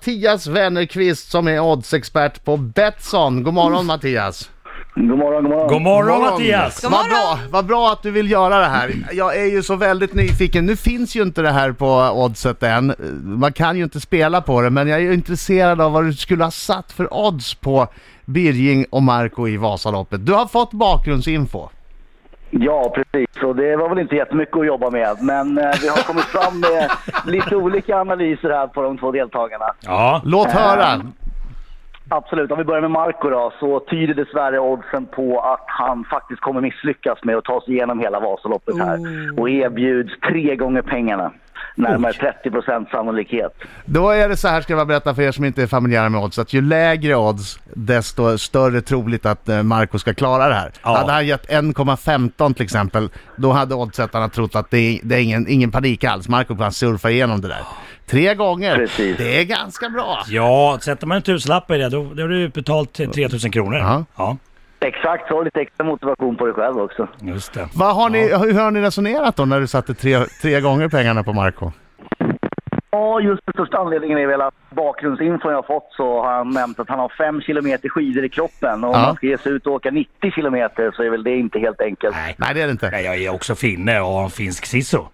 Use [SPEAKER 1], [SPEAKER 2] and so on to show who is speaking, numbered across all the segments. [SPEAKER 1] Mattias Wennerqvist som är oddsexpert på Betsson. God morgon Mattias!
[SPEAKER 2] God morgon, god morgon.
[SPEAKER 3] God morgon Mattias!
[SPEAKER 4] God
[SPEAKER 1] Vad bra,
[SPEAKER 4] morgon.
[SPEAKER 1] vad bra att du vill göra det här. Jag är ju så väldigt nyfiken. Nu finns ju inte det här på oddset än. Man kan ju inte spela på det, men jag är ju intresserad av vad du skulle ha satt för odds på Birging och Marco i Vasaloppet. Du har fått bakgrundsinfo.
[SPEAKER 2] Ja, precis. Och det var väl inte jättemycket att jobba med, men eh, vi har kommit fram med lite olika analyser här på de två deltagarna.
[SPEAKER 3] Ja,
[SPEAKER 1] Låt höra!
[SPEAKER 2] Absolut. Om vi börjar med Marco då, så tyder dessvärre oddsen på att han faktiskt kommer misslyckas med att ta sig igenom hela Vasaloppet här och erbjuds tre gånger pengarna. Närmare 30 procent sannolikhet.
[SPEAKER 1] Då är det så här ska jag bara berätta för er som inte är familjära med odds, att ju lägre odds desto större troligt att eh, Marco ska klara det här.
[SPEAKER 3] Ja.
[SPEAKER 1] Hade han gett 1,15 till exempel, då hade oddsättarna trott att det är, det är ingen, ingen panik alls. Marco kan surfa igenom det där. Tre gånger,
[SPEAKER 2] Precis.
[SPEAKER 1] det är ganska bra.
[SPEAKER 3] ja sätter man en tusenlapp i det då, då är det utbetalt till 3000 kronor.
[SPEAKER 1] Ja.
[SPEAKER 3] Ja,
[SPEAKER 2] Exakt, så har du lite extra motivation på dig själv också.
[SPEAKER 3] just det.
[SPEAKER 1] Vad har ni, Hur har ni resonerat då när du satte tre, tre gånger pengarna på Marco?
[SPEAKER 2] Ja, just den största anledningen är väl att bakgrundsinfon jag har fått så har han nämnt att han har 5 kilometer skidor i kroppen. Och om
[SPEAKER 1] Ja.
[SPEAKER 2] man ska ge sig ut och åka 90 kilometer så är väl det inte helt enkelt.
[SPEAKER 3] Nej.
[SPEAKER 1] Nej det är det inte.
[SPEAKER 3] Nej, jag är också finne och har en finsk sisso.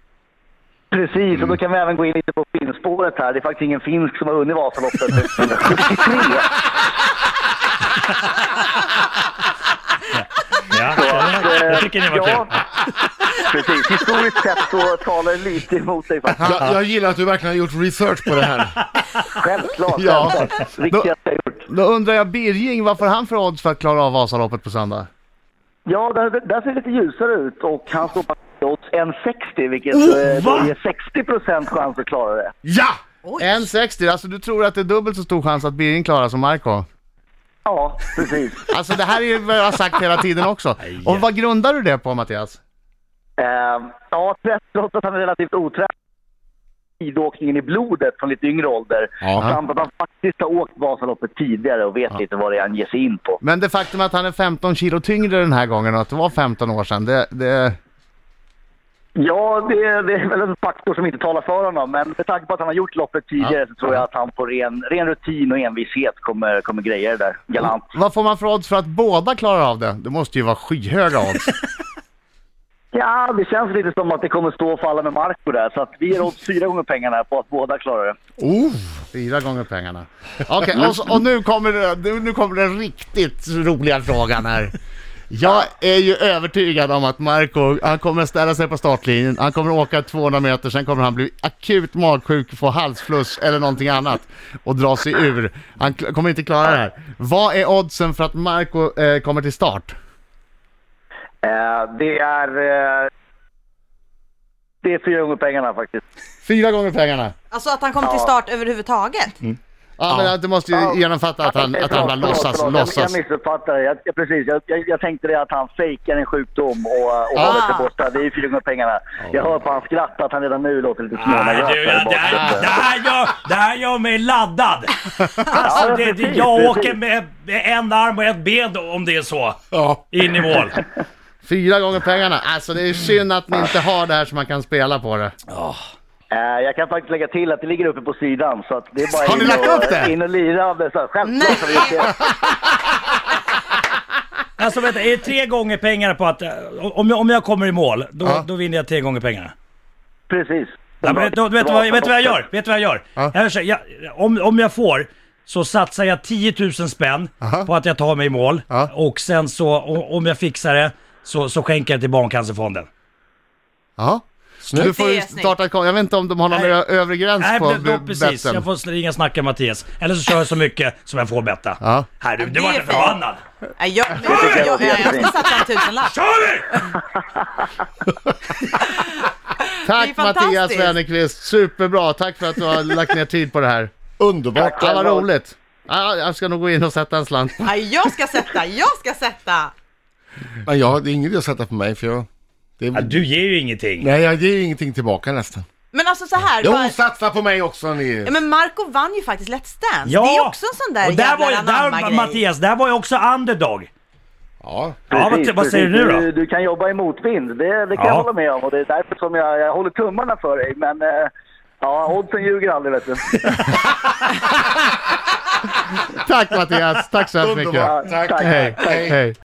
[SPEAKER 2] Precis,
[SPEAKER 3] Mm.
[SPEAKER 2] och då kan vi även gå in lite på finspåret här. Det är faktiskt ingen finsk som har vunnit Vasaloppet 1973.
[SPEAKER 3] Ja, jag, jag tycker det
[SPEAKER 2] Eh,
[SPEAKER 3] var
[SPEAKER 2] ja,
[SPEAKER 3] kul.
[SPEAKER 2] precis. Historiskt sett så talar det lite emot dig faktiskt.
[SPEAKER 5] Jag, jag gillar att du verkligen har gjort research på det här.
[SPEAKER 2] Självklart.
[SPEAKER 1] Ja.
[SPEAKER 2] självklart. Riktigaste jag gjort.
[SPEAKER 1] Då undrar jag Birging, vad får han för odds för att klara av Vasaloppet på söndag?
[SPEAKER 2] Ja, där, där ser det lite ljusare ut och han står på odds 1,60 vilket eh,
[SPEAKER 3] Oh, va?
[SPEAKER 2] då ger 60 procent chans att klara det.
[SPEAKER 5] Ja!
[SPEAKER 1] 1,60, alltså du tror att det är dubbelt så stor chans att Birging klarar som Marco?
[SPEAKER 2] Ja, precis.
[SPEAKER 1] Alltså det här är ju vad jag har sagt hela tiden också. Och vad grundar du det på Mattias?
[SPEAKER 2] Eh, ja, trots att han är relativt otränad skidåkningen i blodet från lite yngre ålder.
[SPEAKER 5] Ja.
[SPEAKER 2] Samt att han faktiskt har åkt Vasaloppet tidigare och vet lite vad det är han ger sig in på.
[SPEAKER 1] Men det faktum att han är 15 kilo tyngre den här gången och att det var 15 år sedan, det... det...
[SPEAKER 2] Ja, det, det är väl en faktor som inte talar för honom. Men med tanke på att han har gjort loppet tidigare så tror jag att han på ren, ren rutin och envishet kommer, kommer grejer där. Galant.
[SPEAKER 1] Vad får man för odds för att båda klarar av det? Det måste ju vara skyhöga odds.
[SPEAKER 2] Ja, det känns lite som att det kommer stå och falla med Marco där. Så att vi ger oss fyra gånger pengarna här på att båda klarar det.
[SPEAKER 1] Oh, fyra gånger pengarna. Okej, och, så- och nu, kommer, det- nu- nu kommer den riktigt roliga frågan här. Jag är ju övertygad om att Marco, han kommer ställa sig på startlinjen, han kommer åka 200 meter, sen kommer han bli akut magsjuk, få halsfluss eller någonting annat och dra sig ur. Han kl- kommer inte klara det här. Vad är oddsen för att Marco eh, kommer till start?
[SPEAKER 2] Eh, det är... Eh, det är fyra gånger pengarna faktiskt.
[SPEAKER 1] Fyra gånger pengarna.
[SPEAKER 4] Alltså att han kom till start överhuvudtaget.
[SPEAKER 1] Ja, men det måste ju genomfatta att han, att han bara
[SPEAKER 2] Förlåt, förlåt,
[SPEAKER 1] låtsas,
[SPEAKER 2] förlåt. Jag,
[SPEAKER 1] låtsas.
[SPEAKER 2] jag missuppfattade. Jag, jag, precis, jag, jag, jag tänkte det att han fejkar en sjukdom och, och
[SPEAKER 1] Ah.
[SPEAKER 2] håller sig borta. Det är ju fyra gånger pengarna. Jag hör på hans skratt att han redan nu låter lite
[SPEAKER 3] Eh, Nej, Ah, du,
[SPEAKER 2] där
[SPEAKER 3] jag, det,
[SPEAKER 2] borta.
[SPEAKER 3] här, det, här gör, det här gör mig laddad! Alltså,
[SPEAKER 2] Ja,
[SPEAKER 3] det, det,
[SPEAKER 2] precis,
[SPEAKER 3] jag
[SPEAKER 2] precis.
[SPEAKER 3] åker med, med en arm och ett ben då, om det är så.
[SPEAKER 5] ja.
[SPEAKER 3] In i mål.
[SPEAKER 1] Fyra gånger pengarna. Alltså det är synd att ni inte har det här så man kan spela på det.
[SPEAKER 2] Eh, Jag kan faktiskt lägga till att det ligger uppe på sidan. Så att det är bara
[SPEAKER 1] Har ni
[SPEAKER 2] in
[SPEAKER 1] lagt
[SPEAKER 2] och,
[SPEAKER 1] upp det?
[SPEAKER 2] In och lira av det. Så här, Självklart har vi gjort det.
[SPEAKER 3] Alltså vänta, är det tre gånger pengarna på att... eh, Om jag, om jag kommer i mål, då, då vinner jag tre gånger pengarna?
[SPEAKER 2] Precis.
[SPEAKER 3] Ja, men, då, vet, du vad, vet du vad jag gör? Vet du vad jag gör? Jag gör så här, jag, om, om jag får så satsar jag 10 000 spänn på att jag tar mig i mål och sen så o- om jag fixar det så, så skänker jag till Barncancerfonden.
[SPEAKER 1] Ja.
[SPEAKER 5] Snyggt.
[SPEAKER 1] Du får
[SPEAKER 4] Det
[SPEAKER 1] ju
[SPEAKER 4] är snyggt.
[SPEAKER 1] starta ett kon- Jag vet inte om de har någon
[SPEAKER 3] Nej.
[SPEAKER 1] ö- övre gräns
[SPEAKER 3] Nej,
[SPEAKER 1] på
[SPEAKER 3] men då,
[SPEAKER 1] bu-
[SPEAKER 3] precis.
[SPEAKER 1] betten.
[SPEAKER 3] Jag får sl- ringa och snacka med Mattias. Eller så kör jag så mycket som jag får betta.
[SPEAKER 1] Ja.
[SPEAKER 3] Här du,
[SPEAKER 4] Ja,
[SPEAKER 3] du
[SPEAKER 4] det
[SPEAKER 3] vart
[SPEAKER 4] är
[SPEAKER 3] jag
[SPEAKER 4] fint.
[SPEAKER 3] förbannad.
[SPEAKER 4] Nej, jag, jag, jag, jag, jag ska satsa en tusenlapp.
[SPEAKER 3] Kör vi!
[SPEAKER 1] Tack
[SPEAKER 4] Det är
[SPEAKER 1] Mattias
[SPEAKER 4] fantastiskt.
[SPEAKER 1] Wennerqvist, superbra. Tack för att du har lagt ner tid på det här.
[SPEAKER 5] Underbart.
[SPEAKER 1] Ja, vad roligt. Ja, jag ska nog gå in och sätta en slant.
[SPEAKER 4] Nej, jag ska sätta, jag ska sätta.
[SPEAKER 5] Men jag, det är ingen idé att sätta på mig för jag... Det är,
[SPEAKER 3] Ja, du ger ju ingenting.
[SPEAKER 5] Nej, jag ger ingenting tillbaka nästan.
[SPEAKER 4] Men alltså så här. bara-
[SPEAKER 5] Jo, satsa på mig också ni.
[SPEAKER 4] Ja, men Marco vann ju faktiskt Let's Dance. Det är också en sån där,
[SPEAKER 3] och där var,
[SPEAKER 4] jävla
[SPEAKER 3] ju- där,
[SPEAKER 4] anamma-grej.
[SPEAKER 3] Mattias, där var jag också underdog.
[SPEAKER 5] Ja.
[SPEAKER 3] Ja, vad,
[SPEAKER 2] Precis,
[SPEAKER 3] vad säger du
[SPEAKER 2] precis.
[SPEAKER 3] nu då?
[SPEAKER 2] Du, du kan jobba i motvind, det, det kan
[SPEAKER 3] Ja.
[SPEAKER 2] jag hålla med om. Och det är därför som jag, jag håller tummarna för dig. Men eh, Ja, oddsen ljuger aldrig vet du.
[SPEAKER 1] Tack Mattias, tack så hemskt mycket.
[SPEAKER 5] Underbart. Tack.
[SPEAKER 1] Hej, hej.